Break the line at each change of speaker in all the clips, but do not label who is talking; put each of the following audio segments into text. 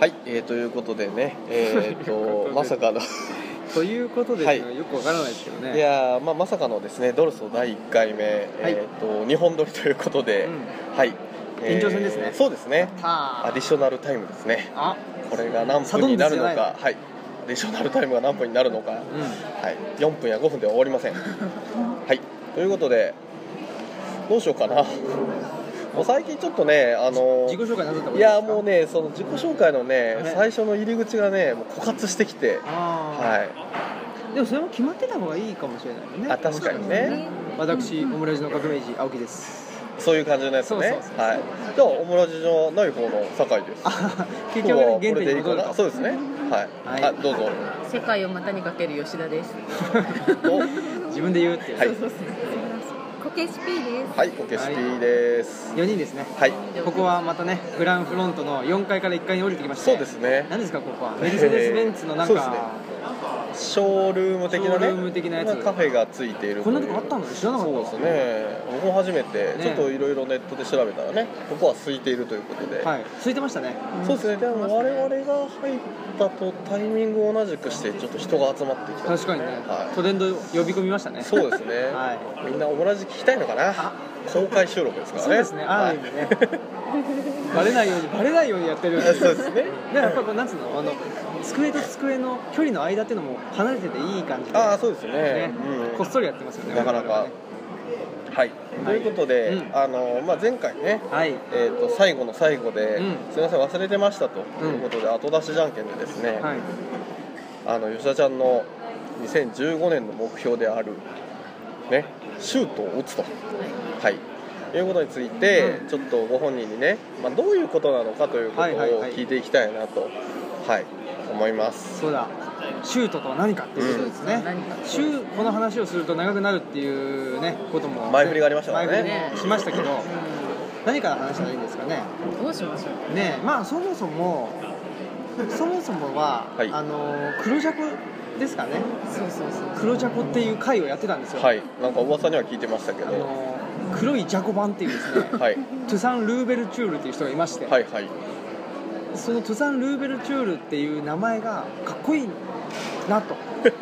はい、えー、ということでね、えー、
という
と
ことで
まさかの、
ということで、
はい
よくわからないですけどね
いやー、まあ、まさかのですね、ドルソ第1回目、えー、と2本撮りということで、はい、
延長戦ですね
そうですね
うん、
ア
あ
ディショナルタイムですね、
あ
これが何
サ
分
ドン
に
デ
な
ス
る
じゃ
の
ない
か、はい、アディショナルタイムが何分になるのか、は
うん
い、4分や5分では終わり ません。はい、ということで、どうしようかな、もう最近ちょっとね、あの
自己紹介なさった方がいいですか
いやーもうね、その自己紹介のね、
はい
最初の入り口がね、もう枯渇してきて、
あー、
はい、
でもそれも決まってた方がいいかもしれないね
あ確かにね
私オムライスの革命児青木です
そういう感じのやつね
そうそうそう
はいじゃあオムラジじゃない方の酒井です
あ結
今日
局
は
ね
これ
原点に
でいい
戻
か
る
な
と
そうですねはい、
はい
あどう ぞ
世界を股にかける吉田です。
お
自分で言うっていう、
はい
こけし P です。
はいオケシピーです
4人ですね
はい、
ここはまたねグランフロントの4階から1階に降りてきまして
そうですね
何ですかここはメルセデス・ベンツのなん
そうですね
か、
ショールーム的なね
ショールーム的なや
ま
つ
あカフェがついている
こんな
と
と
いう
こあったの知らなかった
そうですね僕も初めて
ね
ちょっといろいろネットで調べたらねここは空いているということで、
はい空いてましたね
そうですねでも我々が入ったとタイミングを同じくしてちょっと人が集まってきた
確かにね、
はい
トレンド呼び込みましたね
そうですね、
は
みんなオムラジ聞きたいのかな
あ
公開収録ですからね
そうですねあ
は
あ
い
いう意味 ねバレないようにバレないようにやってるよね
あそうですね
でやっぱこうなんつうのあの机と机の距離の間っていうのも離れてていい感じで
ああそうですね
ね
うん
こっそりやってますよね
なかな
我々は
か
ね
はいということで、
うん
あのまあ、前回ね、
はい
えー、と最後の最後で、
うん
すみません忘れてましたということで、後出しじゃんけんでですね、
はい
あの吉田ちゃんの2015年の目標である、ね、シュートを打つと、はい、いうことについて、
うん
ちょっとご本人にね、まあ、どういうことなのかということを
はいはいはい
聞いていきたいなと、はい思います。
そうだシュートとは何かっていうことですね、
うん何か
シューこの話をすると長くなるっていうねことも
前振りがありましたからね
前振りもしましたけど何から話したらいいんですかね
うんどうしましょう。
ねえまあそもそもそもそもは、
はい
あの黒ジャコですかね
そうそうそう。
黒ジャコっていう回をやってたんですよ、
はい、なんか噂には聞いてましたけ
あ
ど、
の黒いジャコ版っていうですね、
はい、
トゥサン・ルーベルチュールっていう人がいまして、
はいはい
そのトゥサン・ルーベルチュールっていう名前がかっこいいなと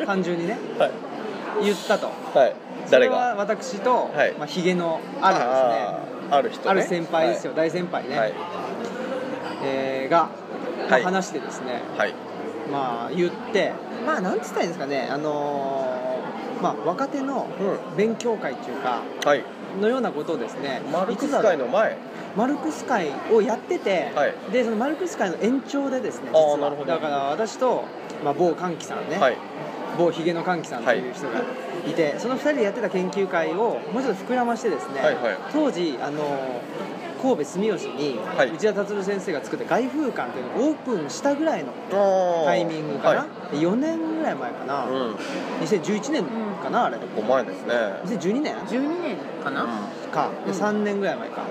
単純 にね
はい
言ったと
はい誰
それは
が
私と、
はい
まあ、ヒゲのあるですね
あーある人ね
ある先輩ですよ、大先輩ね、
はい
えーが、まあ
はい
話してですね
はい
まあ言ってまあなんつったらいいんですかねあのーまあ若手の
う
勉強会っていうか
んはい
のようなことをですね
マルク
いつ
ス
だろ
会
う
の前
マルクス会をやってて、
はい
でそのマルクス会の延長でですね
あー
実
な
は
るほど
だから私と、まあ、某歓喜さんね、
はい
某ひげの歓喜さんという人がいて、その2人でやってた研究会をもうちょっと膨らましてですね、
はいはい
当時あの神戸住吉に
はい
内田達郎先生が作った外風館というのをオープンしたぐらいのタ
タ
イミングかな、で4年ぐらい前かな、
うん
2011年かなあれ
結構前ですね
2012年
十二年かな。
か、で
うん
3年ぐらい前か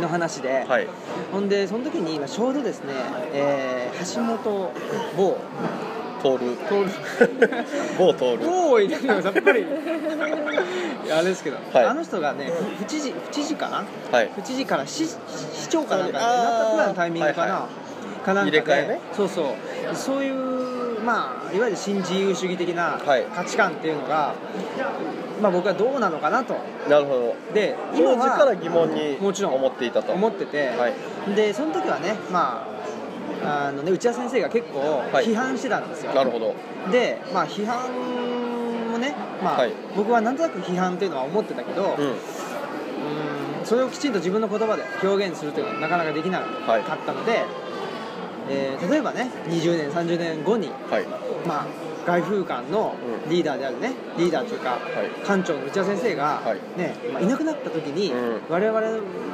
の話で、
はい
ほんでその時に今ちょうどですね、えー橋本某
通る
徹
某通る
某を入れるのがさっぱ りいやあれですけど、
はい
あの人がね府知事府知事かな
はい
府知事から市市市長かなんかに
あー
なったぐらいのタイミングかな、
はい
かなんかで
入れ替えね
そうそうそういうまあいわゆる新自由主義的な
はい
価値観っていうのが、まあ僕はどうなのかなと
なるほど
で今
当時から
は
疑問に
もちろん
思っていたと
思ってて、
はい
でその時はねまああのね内田先生が結構
はい
批判してたんですよ、
なるほど
で、まあ、批判もね、まあ
はい
僕はなんとなく批判というのは思ってたけど、う、
うんん
それをきちんと自分の言葉で表現するというのはなかなかできなかったので、えー例えばね20年30年後に、
はい
まあ、外風館の
うん
リーダーであるねリーダーというか、
い
館長の内田先生が、
はい
ねまあ、いなくなった時に、
うん
我々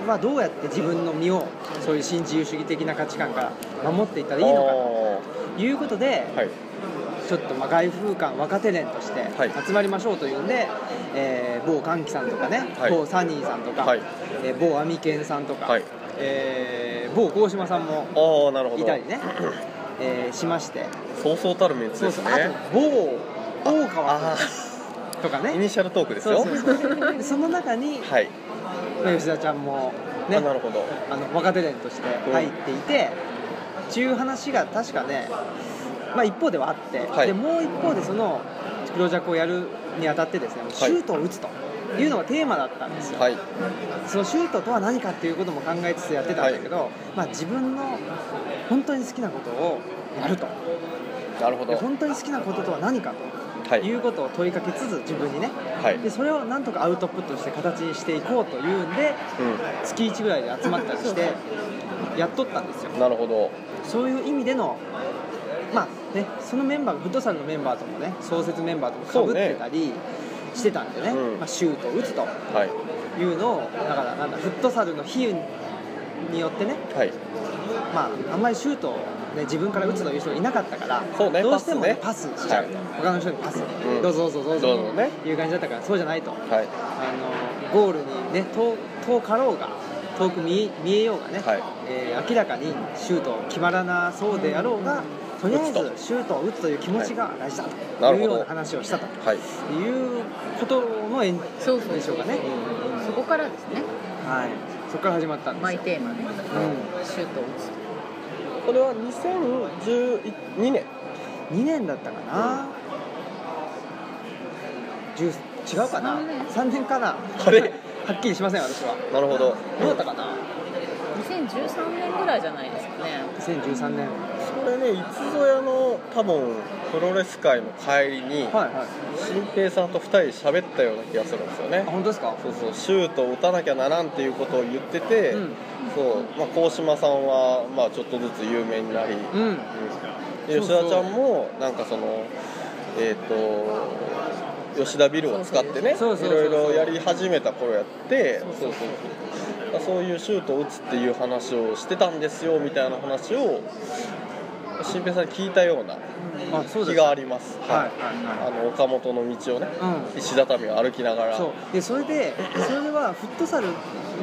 はどうやって自分の身をそういう新自由主義的な価値観から守っていったらいいのかということで、
あーはい
ちょっとまあ外風館若手連として
はい
集まりましょうというんで、えー某歓喜さんとかね、
はい
某サニーさんとか、
はい
えー某アミケンさんとか、
はい
えー某鴻島さんも
ああなるほ
い
ど
たりね、えーしまして
そうそうたるメンツ
そう
で
そ
す
う、
ね
あと某大川
あ
とか
あイ
ね
ニシャルトークです
そう
よ
そうそうでその中に、
はい
まあ吉田ちゃんも
あ
ね
なるほど
あの若手連として入っていて、っていう話が確かね、まあ、一方ではあって、
はい
でもう一方でそのプロジェクトをやるにあたってですねシュートを打つというのがテーマだったんですよ、
はい
そのシュートとは何かっていうことも考えつつやってたんだけど、まあ、自分の本当に好きなことをやると
なるほど
で
は
本当に好きなこととは何かとい
いう
ことを問いかけつつ自分にね
はい、うん
で、それをなんとかアウトプットして形にしていこうというんで月1ぐらいで集まったりしてやっとったんですよ
なるほど
そういう意味でのまあねそのメンバーがフットサルのメンバーともね創設メンバーともかぶってたりしてたんでね、
うん
まあ、シュートを打つと
はい
いうのをだからなんだフットサルの比喩によってね、
はい
まあ、あんまりシュートを、ね、自分から打つという人がいなかったから
そうね
どうしても、ね、
パ
パ
ス
ス
ね
しちゃうと、
は
他の人にパス、
ん
どうぞどうぞどうぞ
どうぞね
いう感じだったからそうじゃないと
はい
あのゴールに、ね、遠遠かろうが遠く見え見えようがね、
はい
えー明らかにシュート決まらなそうであろうが、とりあえ
打つ
ずシュートを打つという気持ちが大事だ
な
と
る
い
ほ
う
ど
ような話をしたと
はい
いうことの延
そうそう
でしょうかね、
そこからですね
はい、そこから始まったんで
マ
す
イ
よ、
テーマね
う
シュートを打つ
これは2012年
ん、2年だったかな、10違うかな
三年
3年かな
あれ
はっきりしません私は
なるほど
どうだったかな
2013年ぐらいじゃないですかね
2013年
それねいつぞやの多分プロレス界の帰りに
はいはい
新平さんと2人で喋ったような気がするんですよね
あ本当ですか
そうそうシュートを打たなきゃならんっていうことを言ってて、
うん
そう、まあ、鴻島さんは、まあ、ちょっとずつ有名になり、
うん
で
そう
吉
そう
田ちゃんもなんかそのえっ、と吉田ビルを使ってねい
そうそうそう
ろいろやり始めた頃やってそうそうそうそういうシュートを打つっていう話をしてたんですよみたいな話を新平さんに聞いたような
あそうで
気
す
があります
はいはい
あの岡本の道をね
はい
石畳を歩きなが
うん
ら
そうでそれでそれはフットサル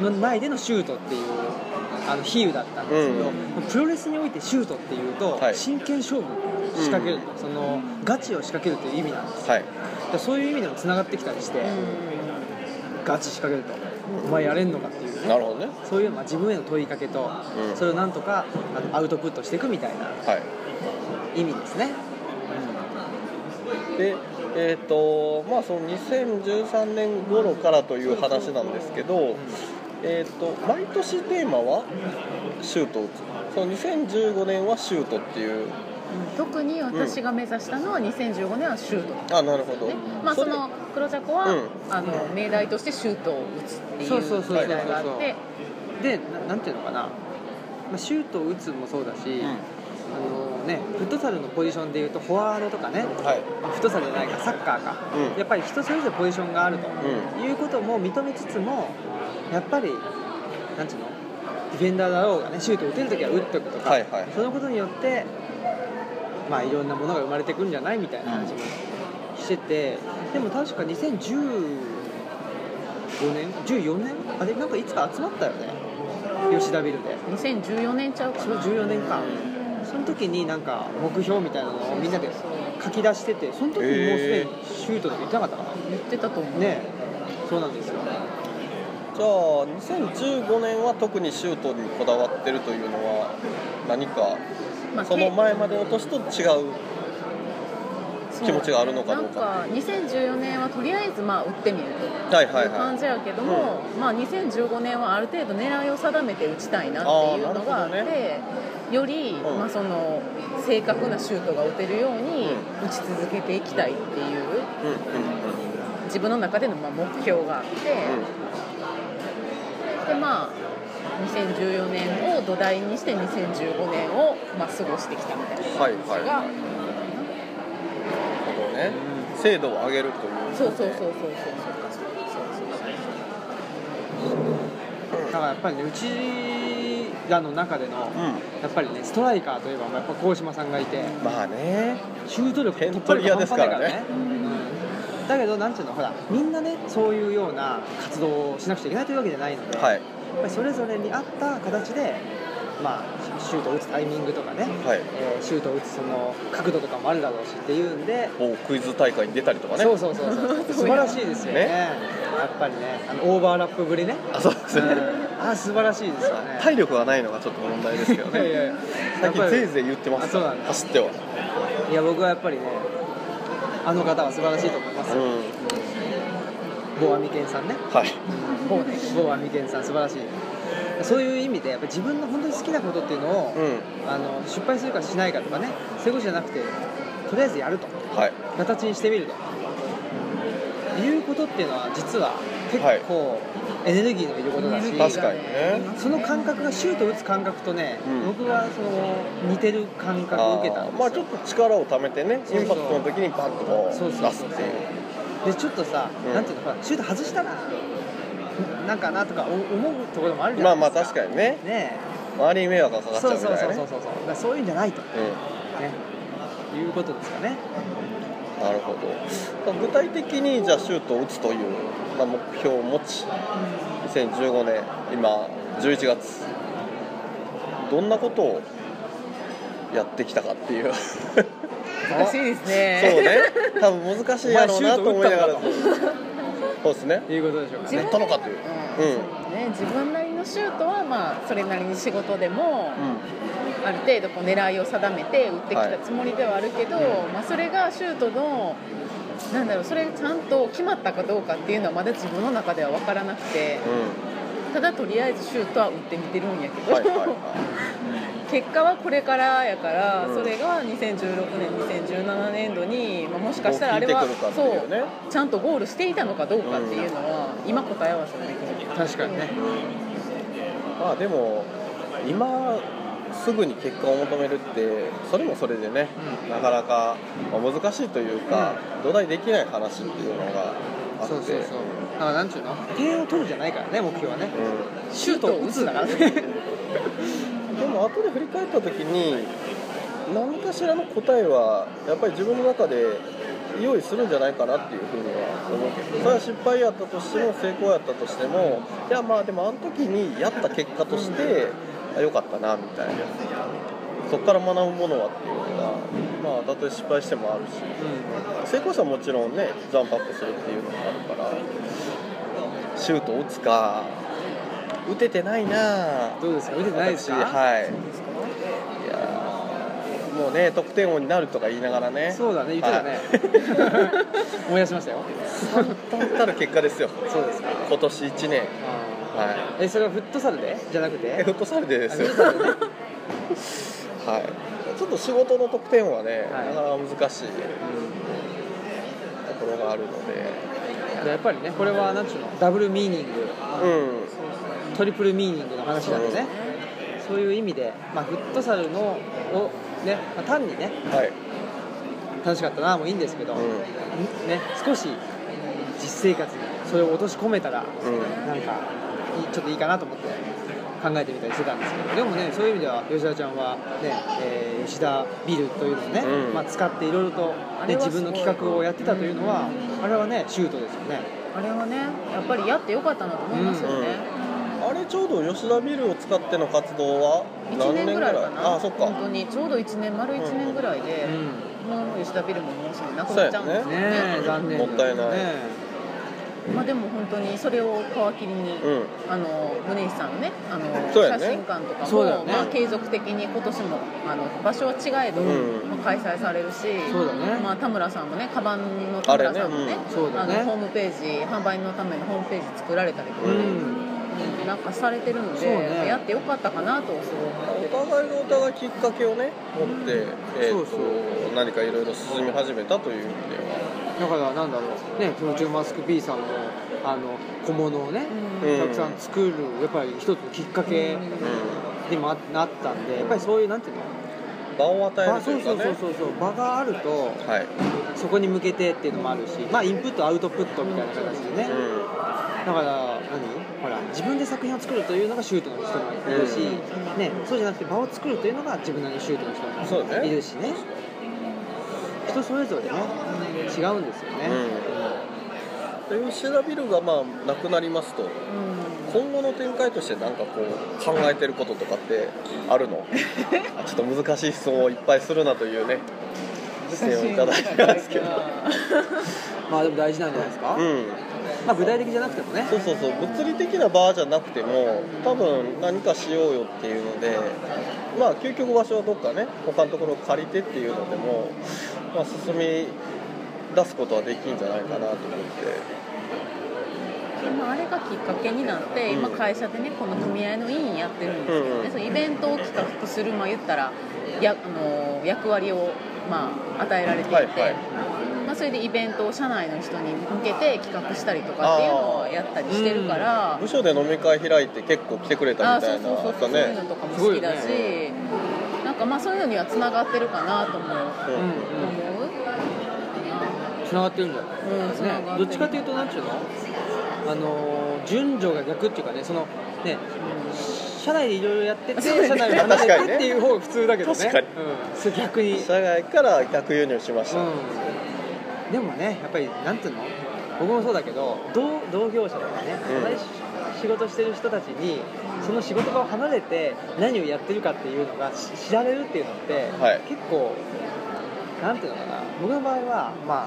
の内でのシュートっていうあの比喩だったんですけど、
う
プロレスにおいてシュートっていうと、
はい
真剣勝負を仕掛ける、そのガチを仕掛けるという意味なんです
はい
でそういう意味でもつながってきたりして、ガチ仕掛けると、お前やれんのかっていうね
なるほどね
そういう、まあ、自分への問いかけと、
うん
それをなんとかあのアウトプットしていくみたいな
はい
意味ですね、
でえーとまあ、その2013年頃からという話なんですけど、えー、と毎年テーマはシュートを打つその2015年はシュートっていう
特に私が目指したのは2015年はシュート
あなるほど、
ねまあ、そ
れ
の黒ジャコは、
うん
あの命題としてシュートを打つってい
そうそう
う
そう
そう
命題があって
でななんていうのかな、まあ、シュートを打つもそうだし、
うん
あのね、フットサルのポジションでいうとフォワードとかね
はい
フットサルじゃないかサッカーか、
うん
やっぱり人それぞれポジションがあると、
う
いうことも認めつつもやっぱりなんていうのディフェンダーだろうがねシュートを打てるときは打っておくとか、
はいはい
そのことによってまあいろんなものが生まれてくるんじゃないみたいな話もしてて、でも確か2015年14年あれなんかいつか集まったよね吉田ビルで
2014年ちゃうか
その
な
14年間その時になんか目標みたいなのをみんなで書き出しててその時にもうすでにシュートとか言ってなかったかな、
言ってたと思う、
ねえそうなんですよ
じゃあ2015年は特にシュートにこだわってるというのは何か
まあ
その前までの年と違う
そう
気持ちがあるのかどうか
なんか2014年はとりあえずまあ打ってみると
はい
い
はいう
感
は
じやけども、まあ、2015年はある程度狙いを定めて打ちたいなっていうのがあって
あーなるほど
より、
ん
まあ、その正確なシュートが打てるように打ち続けていきたいっていう
いうんうん
自分の中でのまあ目標があって、でまあ2014年を土台にして2015年をまあ過ごしてきたみたいな
うんはいはい
が、
はいなるほどね精度を上げるという
そうそうそうそうそう
だからやっぱりねうちらの中での、
うん
やっぱりねストライカーといえばやっぱ鴻島さんがいて
まあね
シュート力
点
突破
取り屋
力
です
半端
か
ない
らね
うんだけどなんていうのほらみんなねそういうような活動をしなくちゃいけないというわけじゃないので、
はい
やっぱりそれぞれに合った形でまあシュートを打つタイミングとかね、
はい
えーシュートを打つその角度とかもあるだろうしっていうんで
もうクイズ大会に出たりとかね
そうそうそうそう素晴らしいですよ ね
ね
やっぱりねあのオーバーラップぶりね
あそうですね、
うんあ素晴らしいですよね
体力がないのがちょっと問題ですけど
いやい
ね
やいや
最近ぜいぜい言ってま
あ
す
そうなんだ
走っては、
いや僕はやっぱりねあの方は素晴らしいと思いますよ
う
某アミケンさんね
ん、はい
某ね某アミケンさん素晴らしいそういう意味でやっぱり自分の本当に好きなことっていうのを、
う
あの失敗するかしないかとかねそういうことじゃなくてとりあえずやると
んはい
形にしてみるということっていうのは実は結構エネルギーのいることだし、
確かにね
その感覚がシュート打つ感覚とね、
うん
僕はその似てる感覚を受けたん
あ
で
ー
すよ
まあちょっと力をためてねイ
そうそう
ンパクトの時にパッとこ
そう
う
そう
出
そ
す
う
っていう
でちょっとさ、
うん
なんていうのほらシュート外したらなんかなとか思うところもあるじゃ
ま
な
あ
い
ま
で
あ
すか
確かにね
ね
周りに迷惑がかか
え
っちゃうみ
そうそう
たい
そ
な
う
ね
そうそうそうだからそういうんじゃないと、ね、いうことですかね
うんなるほど具体的にじゃあシュートを打つという、まあ、目標を持ち2015年今11月どんなことをやってきたかっていうそう
難しいですね
ね多分難しいやろうなと思いながら
お
そ
前
う
シ
ですね
いうことでしょうか
や
ね
ったのかという
うんそうね、自分なりのシュートは、まあ、それなりに仕事でも、
う
ある程度こう狙いを定めて打ってきたつもりではあるけど、まあ、それがシュートのなんだろうそれがちゃんと決まったかどうかっていうのはまだ自分の中では分からなくて
んうん
ただとりあえずシュートは打ってみてるんやけど、
はいはいは
結果はこれからやから、
うん
それが2016年2017年度に、まあ、もしかしたらあれは
どう効いてくるかっていうね
そうちゃんとゴールしていたのかどうかっていうのは、今答え合わせはできない。
確かにね
いまあでも今すぐに結果を求めるってそれもそれでね、なかなか、まあ難しいというか、土台できない話っていうのがあって
そうそうそうだからなんちゅうの点を取るじゃないからね目標はね
う
シュートを打つだからね
んでも後で振り返った時に何かしらの答えはやっぱり自分の中で用意するんじゃないかなっていうふうには思うけどそれは失敗やったとしても成功やったとしてもいやまあでもあの時にやった結果としてあ良かったなみたいなそこから学ぶものはっていうのがまあたとえ失敗してもあるし成功者はもちろんねジャンプアップするっていうのもあるからシュートを打つか打ててないなぁ
どうですか打ててないですか
私はいいやーもうね得点王になるとか言いながらね
そうだね言ってたね 思い出しましたよ
だったら結果ですよ
そうですか
今年1年
あ
は
ーえそれはフットサルでじゃなく
いえ
て
フットサルでですよ
あフットサルでね
はいちょっと仕事の得点王はね、
はい
なかなか難しいところがあるので
でやっぱりねこれはなんちゅうのダブルミーニング
うん
トリプルミーニングの話なんでねそういう意味で、まあ、フットサルのを、ねまあ単にね
はい、
楽しかったなもういいんですけど、
うん
ね、少し実生活にそれを落とし込めたら、
うん
なんかいいちょっといいかなと思って考えてみたりしてたんですけどでもねそういう意味では吉田ちゃんは、ねえー吉田ビルというのをね、
うん
まあ、使っていろいろと
あ、
ね、
れは
自
すご
分の
い
企画をやってたというのは、あれはねシュートですよね
あれはねやっぱりやってよかったなと思いますよね、
あれちょうど吉田ビルを使っての活動は
一
何
1
年
年
ぐ
ぐ
ら
ら
い
いかな
あそっか
本当にちょうど1年丸1年ぐらいで、もう吉田ビルももうすぐなくなっちゃうんです
そう
ね
よね
え残念
もったいない
ね
まあ、でも本当にそれを皮切りに、
うん
あの宗石さんのねあの
そうやね
写真館とか
そ
も、
うだよね
まあ、継続的に今年もあの場所は違えど、
うん
まあ開催されるし
そうだね
まあ、田村さんもねカバンの田村さんもね
あれねうん
そうだ
あ
ね
のホームページ販売のためのホームページ作られたりとか
うん
ね、うんなんかされてるの
そ
で、
うね
やってよかったかなとすごい思って
お互いがお互いきっかけをね持って、えー
そ
と
うそう
何かいろいろ進み始めたという意味では、
だからなんだろうねプロチューマスク B さんもあの小物をね、
うん
うん
たくさん作るやっぱり一つのきっかけにもあなったんでやっぱりそういうなんていうの
うん、場を与え
場
ると
そ
いううか
そう
ね
そうそうそう場があると
はい、
そこに向けてっていうのもあるしまあインプットアウトプットみたいな形でね、
う
だから何ほら自分で作品を作るというのがシュートの人もいるし、ね、そうじゃなくて場を作るというのが自分なりのシュートの人
そう
も
ね
いるしね人それぞれね違うんですよね、
んで吉田ビルがまあなくなりますと今後の展開としてなんかこう考えてることとかってあ るのあちょっと難しい質問をいっぱいするなというね視線をいただいてますけど
まあでも大事なんじゃないですか、
うん
まあ、具体的じゃなくてもね
そうそうそう物理的なバーじゃなくても多分何かしようよっていうのでまあ究極場所はどっかね他のところ借りてっていうのでも、まあ、進み出すことはできんじゃないかなと思って。
今あれがきっかけになって、
うん
今会社でねこの組合の委員やってるんですけどね、
うん
そのイベントを企画するまあ言ったらやあのー役割をまあ与えられていて、
はいはい
まあ、それでイベントを社内の人に向けて企画したりとかっていうのをやったりしてるから。
部署で飲み会開いて結構来てくれた
あ
みたいな
そうそうそうそういうのとかも好きだし、
すごい
なんかまあそういうのにはつながってるかなと思う、
う
うん
ん
うん
思う
つながってるんじゃない
うんつながって
ね
る
どっちかというとなんちゅうのあのー順序が逆っていうかねそのね社内でいろいろやってて
そうね
社内を離れ
確かに
て
ね
っていう方が普通だけどね
確かに
うん、それ逆に
社外から逆輸入しました、
うん、でもねやっぱりなんつうの僕もそうだけど同同業者とかね、
うん
同じ仕事してる人たちにその仕事場を離れて何をやってるかっていうのがし知られるっていうのって、
はい
結構なんていうのかな僕の場合はまあ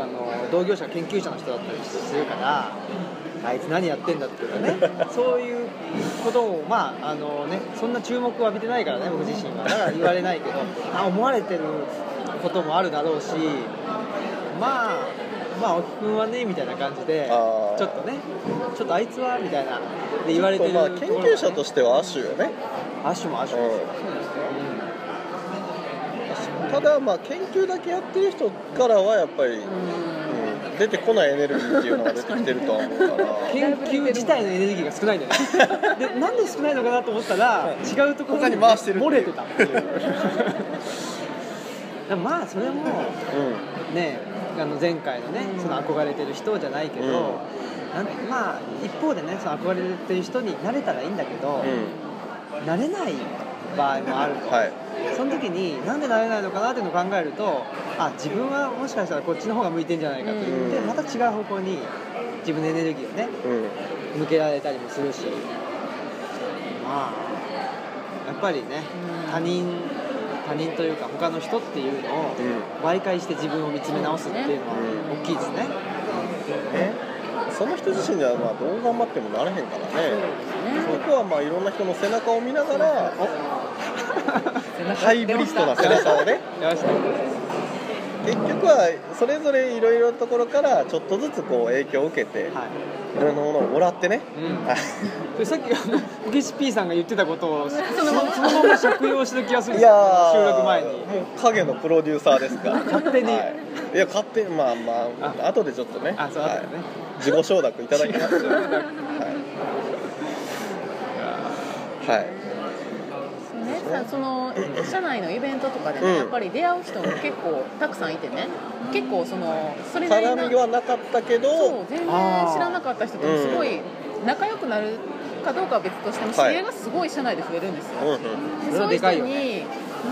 あの同業者研究者の人だったりするからあいつ何やってんだっていうか ねそういうことをまああのねそんな注目を浴びてないからね僕自身はだから言われないけどあ思われてることもあるだろうしまあまあ青木君はねみたいな感じでち
あー
ょっとねちょっとあいつはみたいなで言われてる
まあ研究者と
して
しては亜種よね
アッシュもアッシュもそうですよ
ただまあ研究だけやってる人からはやっぱり、
う
うん
ん
出てこないエネルギーっていうのが出てきてるとは思うから
研究自体のエネルギーが少ないんだよ ねでなんで少ないのかなと思ったら違うところ
他に回してるっていう
漏れてたっていう でもまあそれもねあの前回のねその憧れてる人じゃないけど、
うん
なんまあ一方でねその憧れてる人になれたらいいんだけど、
うん、うん
なれない場合もあると、
はい
その時になんでなれないのかなっていうのを考えるとあ自分はもしかしたらこっちの方が向いてんじゃないかといって、
うん
また違う方向に自分のエネルギーをね
うん
向けられたりもするしまあやっぱりね
うん
他人他人というか他の人っていうのを
うん
媒介して自分を見つめ直すっていうのは大きいですね、
ね、その人自身ではまあどう頑張ってもなれへんからね
そう
僕はまあいろんな人の背中を見ながら
ですね
ハイブリッドな背中をね
よし
結局はそれぞれいろいろなところからちょっとずつこう影響を受けて
はい
いろんなものをもらってね
うん
あ
それさっきあのポケシピーさんが言ってたことをそ
そ
の
の
ま
ま
ま
ま
そのまま借用してる気がするん
い
ですよ
やー
収録前に
もう影のプロデューサーですから
勝手に
はい、いや勝手にまあまあ後でちょっとね
あそうだったね、
はい自己承諾いただきますはい、はい、
そうねさその社内のイベントとかで
うん
ねやっぱり出会う人も結構たくさんいてね結構そのそれなり
絡
な
みはなかったけ
そ
ど
う全然
あー
知らなかった人ともすごい仲良くなるかどうかは別としても
はい
知り合いがすごい社内で増えるんですよ、
うんうん
で
それ
そ
は
う
で
いう
かい
人
よね
に、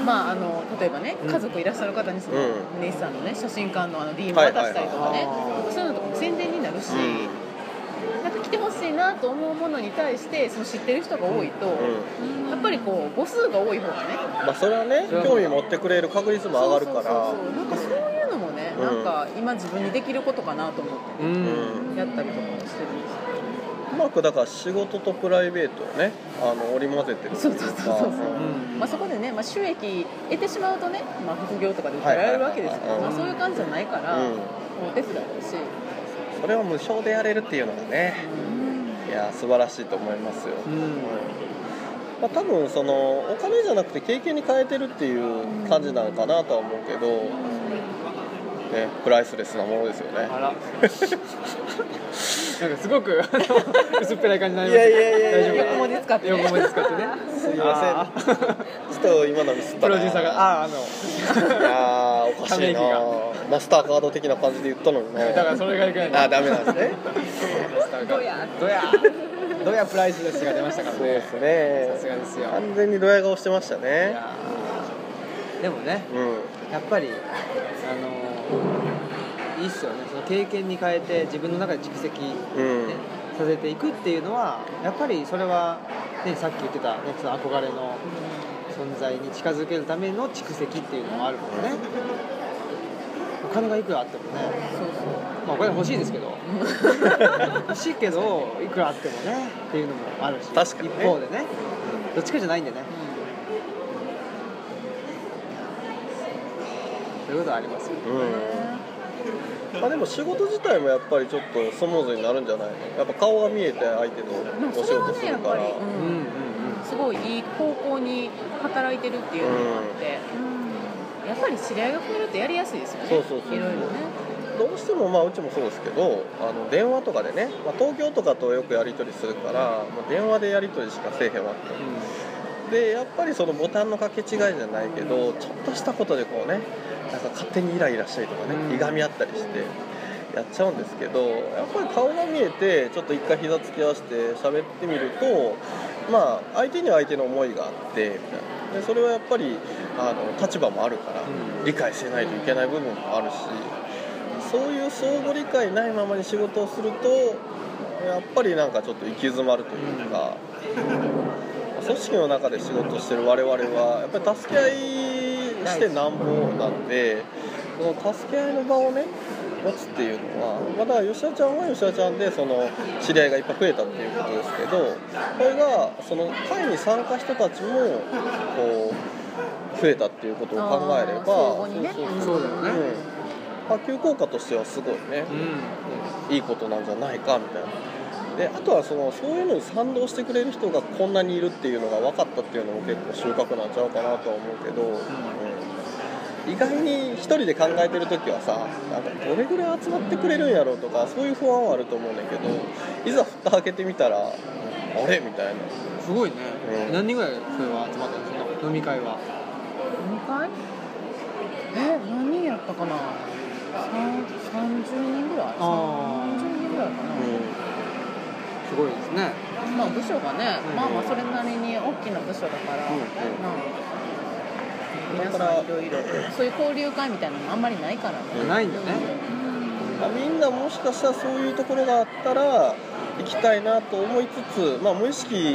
まあ、あの例えばね家族いらっしゃる方にその、
う
ネイさんのね写真館のあの DM 渡したりとか
はいはい
ね、
はい
そういうのとかも宣伝になるし、
うん
なんか来てほしいなと思うものに対してその知ってる人が多いと、
うん
やっぱりこう母数が多い方がね
まあそれはね
それは
興味持ってくれる確率も上がるから
そうそうそうそうなんかそういうのもね、
うん
なんか今自分にできることかなと思っ
う
うんん
てやったりとかもしてるんです
うまくだから仕事とプライベートをねあの織り交ぜてる
そうそうそうそ
まあ
う
う
んん
まあ、そこでね、まあ、収益得てしまうとね、まあ、副業とかで訴えられるわけですけど、
はいはいはいはい
まあ、そういう感じじゃないから、
うん
お手伝いだし、
それを無償でやれるっていうのがねいや素晴らしいと思いますよ、
うん
まあ、多分そのお金じゃなくて経験に変えてるっていう感じなのかなとは思うけど、ね、プライスレスなものですよね
あら なんかすごくあ の薄っぺらい感じになりま
いや
したけ
い
ど
やいやいや
大丈夫
横文字使ってね
横文字使ってね
すいま
せん
ちょっと今のミスったな
プロデューサーがあーあの
いやーおかしいな
た
マスターカード的な感じで言ったのにね
だからそれがいけない
あーダメなんですね
どやどやどやプライスレスが出ましたから
そうで
ね
す
さすが
ね
ですよい
完全にドヤ顔してましたね
やーでもね
うん
やっぱりあのーいいっすよねその経験に変えて自分の中で蓄積、ね
うん
させていくっていうのはやっぱりそれは、ね、さっき言ってた、ね、その憧れの存在に近づけるための蓄積っていうのもあるもんね、お金がいくらあってもね、
そう
まあ、お金欲しいですけど欲しいけどいくらあってもねっていうのもあるし
確かにね
一方でねどっちかじゃないんでねそういうことはありますよ
う
そう、
んまあ、でも仕事自体もやっぱりちょっとスムーズになるんじゃないのやっぱ顔が見えて相手
でも
のお
そ
仕
れは
事す
ねや
る
っ
か
ぱ
ら
り、う
うんうん
んすごいいい方向に働いてるっていうのもあって、やっぱり知り合いが増えるとやりやすいですよね
そうそうそう
ろいろね
どうしてもまあうちもそうですけどあの電話とかでね、まあ、東京とかとよくやり取りするから、まあ、電話でやり取りしかせえへんわけでやっぱりそのボタンの掛け違いじゃないけどちょっとしたことでこうねなんか勝手にイライラしたりとかね、
うん
いがみ合ったりしてやっちゃうんですけどやっぱり顔が見えてちょっと一回膝つき合わせて喋ってみるとまあ相手には相手の思いがあってみたいなでそれはやっぱりあの立場もあるから
うん
理解しないといけない部分もあるしそういう相互理解ないままに仕事をするとやっぱりなんかちょっと行き詰まるというか。組織の中で仕事してる我々はやっぱり助け合いしてなんぼなんでその助け合いの場をね持つっていうのはまあだから吉田ちゃんは吉田ちゃんでその知り合いがいっぱい増えたっていうことですけどこれがその会に参加した人たちもこう増えたっていうことを考えれば
あー相互にね
そうそう
そうだよね
うん波及効果としてはすごいね
うんうん
いいことなんじゃないかみたいなであとはそのそういうのに賛同してくれる人がこんなにいるっていうのが分かったっていうのも結構収穫なんちゃうかなとは思うけど、うん意外に一人で考えてる時はさなんかどれぐらい集まってくれるんやろうとかそういう不安はあると思うんだけどいざ蓋開けてみたらあれみたいな
すごいね、
うん
何人ぐらいそれは集まったんですか飲み会は
何回え何人やったかな三30人ぐ
あー
らい30人ぐらいかな、
すごいですね
まあ部署がね、
うん
まあまあそれなりに大きな部署だから、
うんうん
まあ皆さんいろいろそういう交流会みたいなのもあんまりないからね、
うん
ないんだね
まあみんなもしかしたらそういうところがあったら行きたいなと思いつつまあ無意識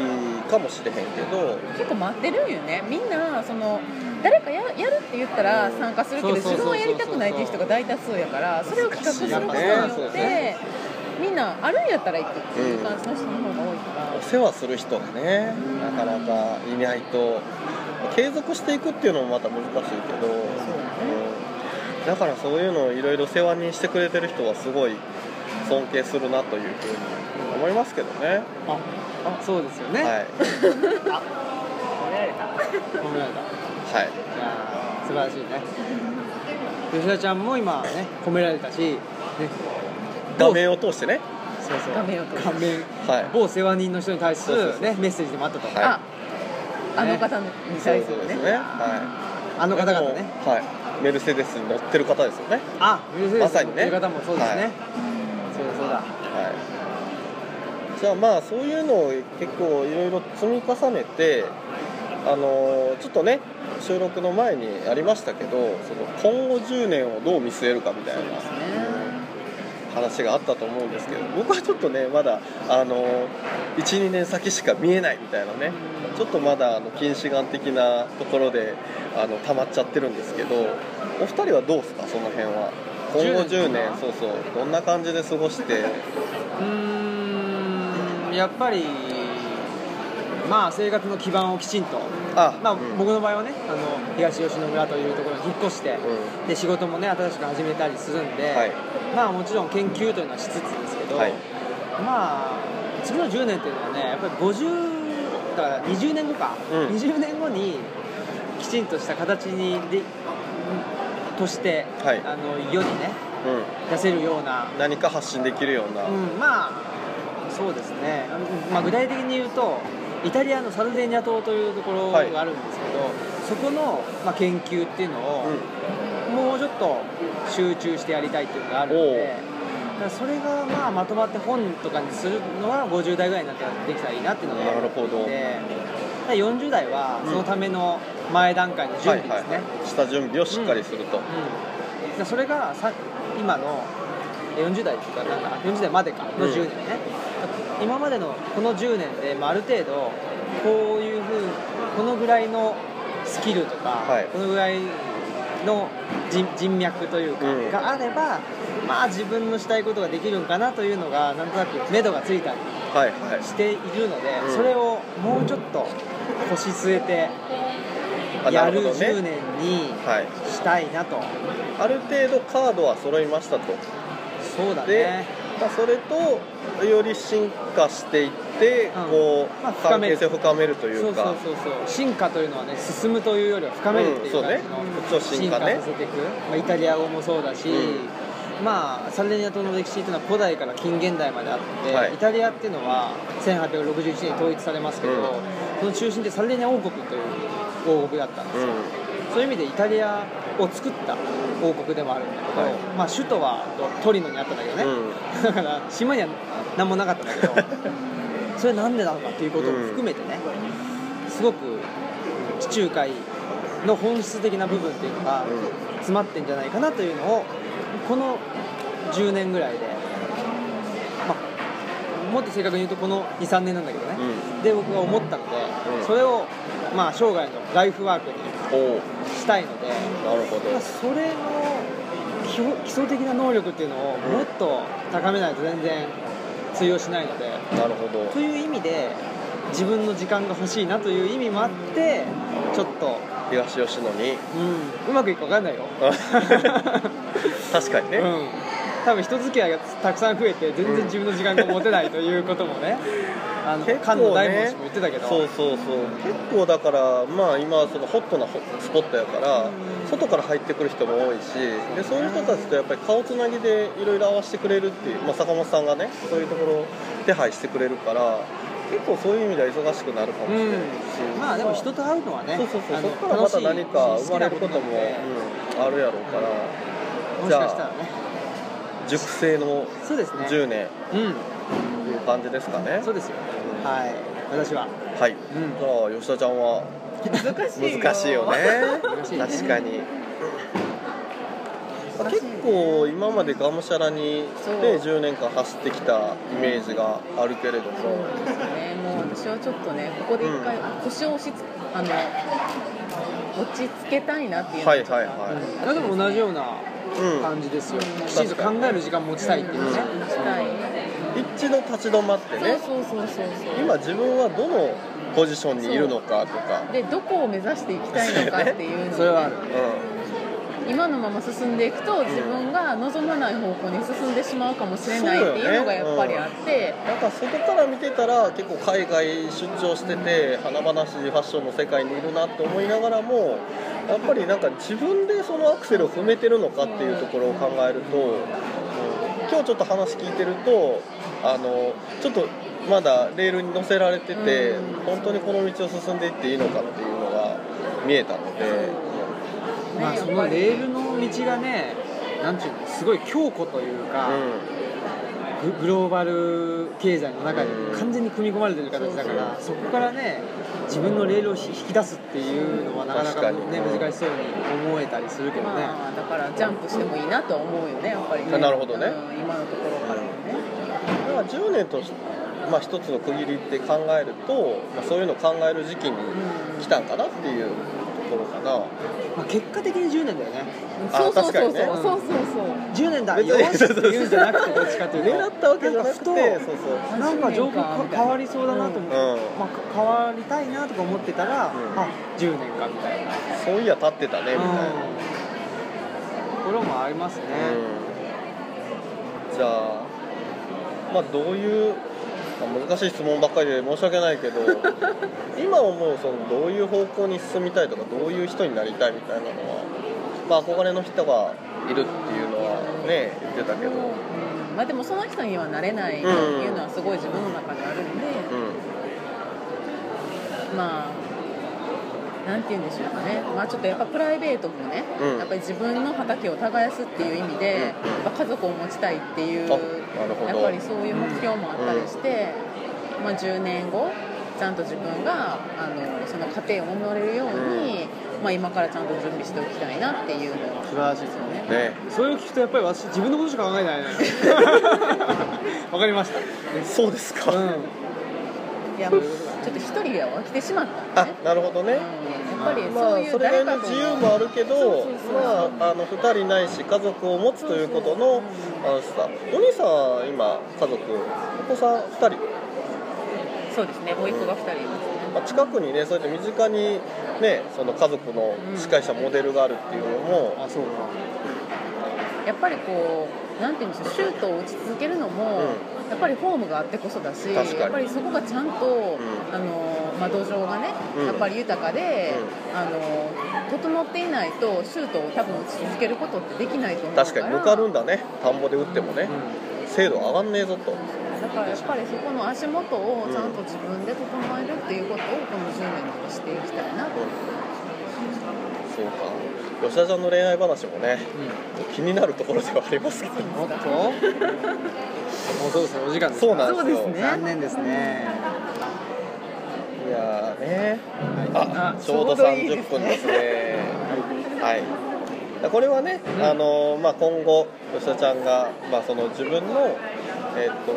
かもしれへんけど
結構待ってるんよねみんなその誰かややるって言った
う
ら
ん
参加するけ
そ
ど
うそう
自
そう
分
そう
はやりたくないっていう人が大多数やからそれを企画することに
難しい
よ
よ
っ
ね
てみんなあるんやったら行くっていう感じの人の方が多いから、
お世話する人がねなかなかいないと継続していくっていうのもまた難しいけど、うんだからそういうのをいろいろ世話にしてくれてる人はすごい尊敬するなというふうに思いますけどね、
ああそうですよね、
はい、はい、
褒められたいやー素晴らしいね吉田ちゃんも今ね褒められたし、ね、
画面を通してね、
そうそう
画面を通して
画面
はい、
某世話人の人に対す
そうそうそ
る、
う
ね、メッセージでもあったと、
はい
ああの方に対するね
は
あ
い、
の方々ね
はい、メルセデスに乗ってる方ですよね、
あメルセデ
ま
ス
さ
の
にね
方もそうですね、
はい
そうだそうだ
はい、じゃあまあそういうのを結構いろいろ積み重ねてあのーちょっとね収録の前にありましたけどその今後10年をどう見据えるかみたいな話があったと思うんですけど僕はちょっとねまだあの12年先しか見えないみたいなねちょっとまだあの近視眼的なところであの溜まっちゃってるんですけどお二人はどうですかその辺は今後10
10年
年そうそうどんな感じで過ごして
うーんやっぱりまあ生活の基盤をきちんと
あ
まあ、
うん
僕の場合はねあの東吉野村というところに引っ越して、
う
で仕事もね新しく始めたりするんで、
はい
まあもちろん研究というのはしつつですけど、
はい
まあ次の10年というのはねやっぱり50だから20年後か、
うん
20年後にきちんとした形にでとして、
はい
あの世にね
うん
出せるような
何か発信できるような、
うん、まあそうですね、まあ、具体的に言うとイタリアのサルデーニャ島というところが
はい
あるんですけど、そこの、まあ、研究っていうのを、もうちょっと集中してやりたいっていうのがあるの
おう
でだからそれが、まあ、まとまって本とかにするのは50代ぐらいになったらできたらいいなっていうのが
なるほど
でだから40代はそのための前段階の準備ですね、
はいはいはい、した準備をしっかりすると、
うん、だからそれがさ今の40代っていうかなんか40代までかの
うん
10年ね、今までのこの10年で、まあ、ある程度こういうふうこのぐらいのススキルとか、
はい
このぐらいの人人脈というか、
うん
があればまあ自分のしたいことができるのかなというのがなんとなく目処がついたり
はいはい
しているので、
うん
それをもうちょっと腰据えて
あ
や
なる
る
ほど
10
ね
年に
はい
したいなと、
ある程度カードは揃いましたと
そうだ
で
ね
まあ、それとより進化していって、
うん
こう、
まあ深
関
め
係
る
性を深めるとい
そううそう
か
そうそう進化というのはね進むというよりは深めるっていうう
そう
ん感
ね
じの、
こっちを進化ね
させていく、まあ、イタリア語もそうだし、まあサルデニア島の歴史というのは古代から近現代まであって、
はい
イタリアっていうのは1861年に統一されますけど、
うん
その中心でサルデニア王国という王国だったんですよ、そういう意味でイタリアを作った王国でもあるんだけど、
はい
まあ、首都はトリノにあったんだけどね、
うん
だから島には何もなかったんだ けどそれなんでなのかっていうことも含めてね、すごく地中海の本質的な部分っていうのが
うん
詰まってんじゃないかなというのをこの10年ぐらいで、まあ、もっと正確に言うとこの23年なんだけどね、で僕が思ったので、
うん
それを、まあ、生涯のライフワークに
うん、お
したいので、
おなるほど
まあ、それの基本基礎的な能力っていうのをもっと高めないと全然通用しないので、
なるほど
という意味で自分の時間が欲しいなという意味もあってちょっと、
東吉野に
うん、うまくいくか分かんないよ
確かにね、
うん、多分人付き合いがたくさん増えて全然自分の時間が持てないということもね、あの
結
菅野
構
大門
ね
氏も言ってたけど
そうそうそう結構だからまあ今そのホットなホスポットやから
うん
外から入ってくる人も多いしでそういう人たちとやっぱり顔つなぎでいろいろ合わせてくれるっていう、まあ、坂本さんがねそういうところを手配してくれるから結構そういう意味では忙しくなるかもしれないし、
うん、まあでも人と会うのはね
そうそうそう
あ
そ
の
こからまた何か生まれることも、
楽しいし好きな
うん
なので
あるやろうから、
もし
じゃあ
かしたらね
熟成の
そうですね
10年
う
という感じですかね
んそうですよ
うん
はい私は
はい、
ん
じゃあ吉田ちゃんは
難しいよ
難しいよね
難しいね
確かに結構今までがむしゃらに
そう
で10年間走ってきたイメージがあるけれど
そう
も
ですねもう私はちょっとねここで一回腰を押しつあの落ち着けたいなっていうの
は
が
い
ちょっとあ
はい
って
は
でも同じような
うん
感じですよ
うん
きちんと考える時間持ちたいっていうね
打ちたいね
一度立ち止まってね
そうそうそうそうそう
今自分はどのポジションにいるのかとか
でどこを目指していきたいのかっていうのをね
それはある
う
今のまま進んでいくと自分が望まない方向に進んでしまうかもしれないっていうのがやっぱりあって
ん、なんか外から見てたら結構海外出張してて華々しいファッションの世界にいるなって思いながらもやっぱりなんか自分でそのアクセルを踏めてるのかっていうところを考えると、うん今日ちょっと話聞いてるとあのちょっとまだレールに乗せられてて、
うん
本当にこの道を進んでいっていいのかっていうのが見えたので、
ね
まあそのレールの道がねなんていうのすごい強固というか
う
ググローバル経済の中に
うん
完全に組み込まれてる形だからそこからね自分のレールを引き出すっていうのはなかなかね
確かに
難しそうに思えたりするけどね
まあだからジャンプしてもいいなとは思うよねやっぱりね
なるほどね
うん今のところからもね
ん、だから10年とし、まあ、一つの区切りって考えると、まあ、そういうのを考える時期に。
うん
来たんかなっていうところかな
まあ結果的に10年だよね
あ
そうそうそ
確
う
か
そう
にね
そうそうそう
10年だ
別
よ
に
しって言うんじゃなく てどっちかというと
狙ったわけじゃなくて
んかふと
そうそう
なんか状況か変わりそうだなと思って、
うん
まあ、か変わりたいなとか思ってたら、
うん
あ10年かみたいな、
そういや立ってたねみたいな、
ところもありますね、
うんじゃあまあどういうまあ難しい質問ばっかりで申し訳ない けど今思うそのどういう方向に進みたいとかどういう人になりたいみたいなのは、まあ、憧れの人がいるっていうのはね言ってたけど、うん
うんまあでもその人にはなれないっていうのはすごい自分の中であるんで、まあなんて言うんでしょうかね、まあ、ちょっとやっぱプライベートもね、
うん
やっぱり自分の畑を耕すっていう意味で、やっぱ家族を持ちたいっていう
あ
や
なるほど
っぱりそういう目標もあったりして、まあ、10年後ちゃんと自分があのその家庭を守れるように、まあ、今からちゃんと準備しておきたいなっていうのは
素晴らしいですよね
ね
それを聞くとやっぱり私自分のことしか考えないね わかりまし
そうです
た、
か、
うん、
いやもうちょっと一人は飽きてしまったんで
あ
ね、
なるほどね、
うんぱり
ま
そう
あ
い
そうれなり
誰
の
か
自
と
由
の
もあるけ
そう
ど
そうそう
まああの2人ないし家族を持つということの楽しさお兄さんは今家族お子さん2人、
そうですね甥っ子が2人いますね
まあ、近くにねそうやって身近にねその家族の司会者モデルがあるっていうのも、
あそうか
やっぱりこうなんていうんでしょうシュートを打ち続けるのも、やっぱりフォームがあってこそだし
確かに
やっぱりそこがちゃんと、あのまあ、土壌がね、
うん
やっぱり豊かで、あの整っていないとシュートを多分打ち続けることってできないと思うから
確かに向かるんだね田んぼで打ってもね
う
精度上がんねえぞと
だからやっぱりそこの足元をちゃんと自分で整えるっていうことをこの10年でしていきたいなと、
そうか吉田ちゃんの恋愛話もね
ん、うん、
気になるところではありますけど
おっともうそうですねお時間ですか
そうなん
そう
で
ですす
よ
ね
残念ですね
いやーねあ
あ
ちょうど
ちょうどいいで
30
すね
分ですねはいこれはね、あのまあ、今後吉田ちゃんが、まあ、その自分のえっと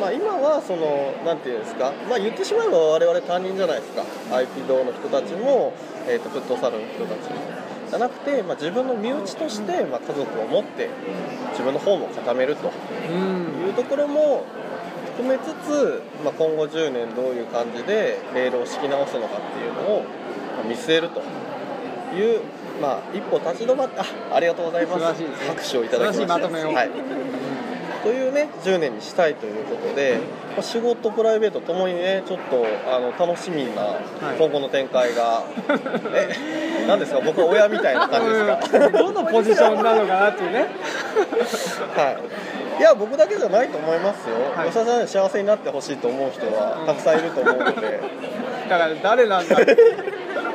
まあ、今はそのなんていうんですか、まあ、言ってしまえば我々担任じゃないですか IP 道の人たちも、えっとフットサルの人たちもじゃなくて、まあ、自分の身内として、まあ、家族を持って自分のホームを固めると
うん
いうところも含めつつ、まあ、今後10年どういう感じでレールを敷き直すのかっていうのをまあ見据えるという、まあ、一歩立ち止まってあありがとうございます
素晴らしいですね
拍手をいただきました
素晴らしいまとめを
はい、というね10年にしたいということで、まあ、仕事プライベートともにねちょっとあの楽しみな今後の展開が、え何ですか僕は親みたいな感じですか
うんどのポジションなのかなっていうね
はい、いや僕だけじゃないと思いますよ、
はい
吉田さんに幸せになってほしいと思う人は
うん
たくさんいると思うので、 は
だから誰なんだ
い、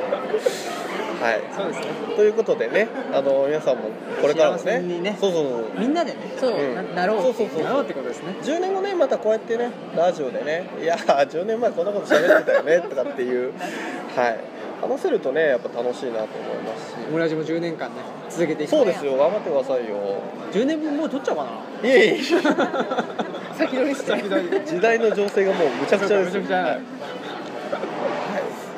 そうですね
ということでねあの皆さんもこれからも
幸せ
ね
にね
そうそうそう
みんなでね
そう、
うん
ななろうっていう
そうそう
やろうってことですね
10年後ねまたこうやってねラジオでね「いやー10年前こんなこと喋ってたよね」とかって いう、はい、話せるとねやっぱ楽しいなと思いますし
村ジも10年間ね続けていきたい
そうですよ頑張ってくださいよ
10年分もう取っちゃおうかない
えいえ
先取りして
先取り
時代の情勢がもうむちゃくちゃです
そうかむちゃくちゃ
はい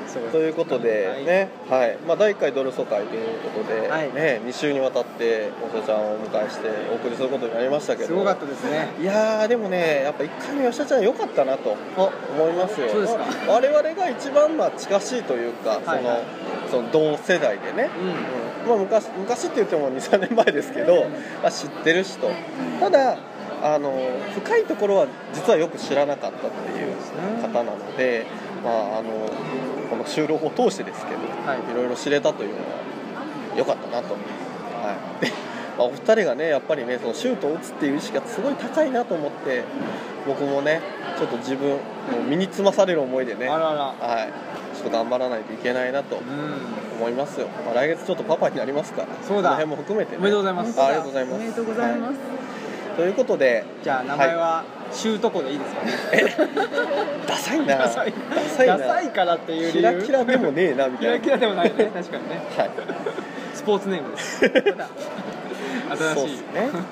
そう
ということで、
はい
ねはいまあ、第1回ドル疎開ということで、
はい
ね、2週にわたっておしちゃんをお迎えしてお送りすることになりましたけど
すごかったですね
いやーでもねやっぱ1回目吉田ちゃん良かったなと
お
思いますよ
そうですか
まあ我々が一番まあ近しいというか、
はいはい
そのその同世代でね、
うん
まあ、昔昔って言っても23年前ですけど、まあ、知ってる人ただあの深いところは実はよく知らなかったっていう方なので、まあ、あのこの収録を通してですけど、
はい
いろいろ知れたというのは良かったなと、はい でまあ、お二人がねやっぱりねそのシュートを打つっていう意識がすごい高いなと思って僕もねちょっと自分もう身につまされる思いでね、
あ
は
らら
い、ちょっと頑張らないといけないなと
うん
思いますよ、まあ、来月ちょっとパパになりますから
そう
この
だ
辺も含めて、ね、
おめでとうございます
あありがとうございます
おめでとうございます、
はいということで
じゃあ名前はシュートコでいいですかね
ダサいな
ダサい
ダサいな
ダサいからっていう理由
キラキラでもねえなみ
キ
たいな
ラキラでもないね確かにね
はい
スポーツネームです新
そうで
しい
すね、は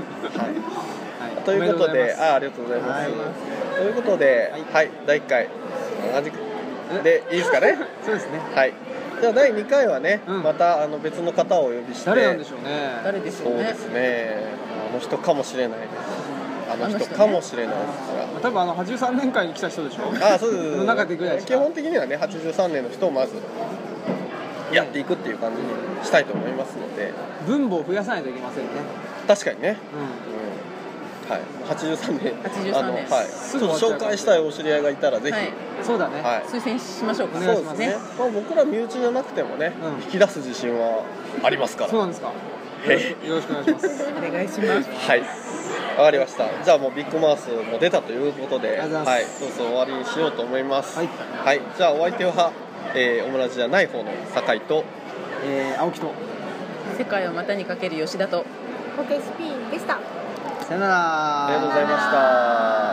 はい
い、ということで
おめとうございます
あありがとうございます、
は
ということでは
はいい、
第1回同じでいいですかね
そうですね
はいじゃあ第2回はね、
うん
またあの別の方をお呼びして
誰なんでしょうね
誰でしょ
そううで
ね
すねあの人かもしれないですあの
あの
人
人ね
かもしれないですから
多分あの83年間に来た人でしょ
あそうです
の中でぐらいしか
基本的にはね83年の人をまずやっていくっていう感じにしたいと思いますので
分母を増やさないといけませんね
確かにね、
う
うんはい、83年
83
あの、
年
はい、ち
す
ょっ
ぐ
と紹介したいお知り合いがいたらぜひ、
はい
んそうだね
はい
推薦しましょうか
お
そ
願
うです
いします
ね、まあ、僕ら身内じゃなくてもね、
うん
引き出す自信はありますから
そうなんですか
へ
よろしくお願いします
お願いします
はいわかりましたじゃあもうビッグマウスも出たということで
ありがとうご
は
ざ
い
い
そろそろ終わりにしようと思います
はい
はい、じゃあお相手は、えー、オムラジじゃない方の酒井と
えー青木と
世界を股にかける吉田と
ポケスピーンでした
さよなら
ありがとうございました。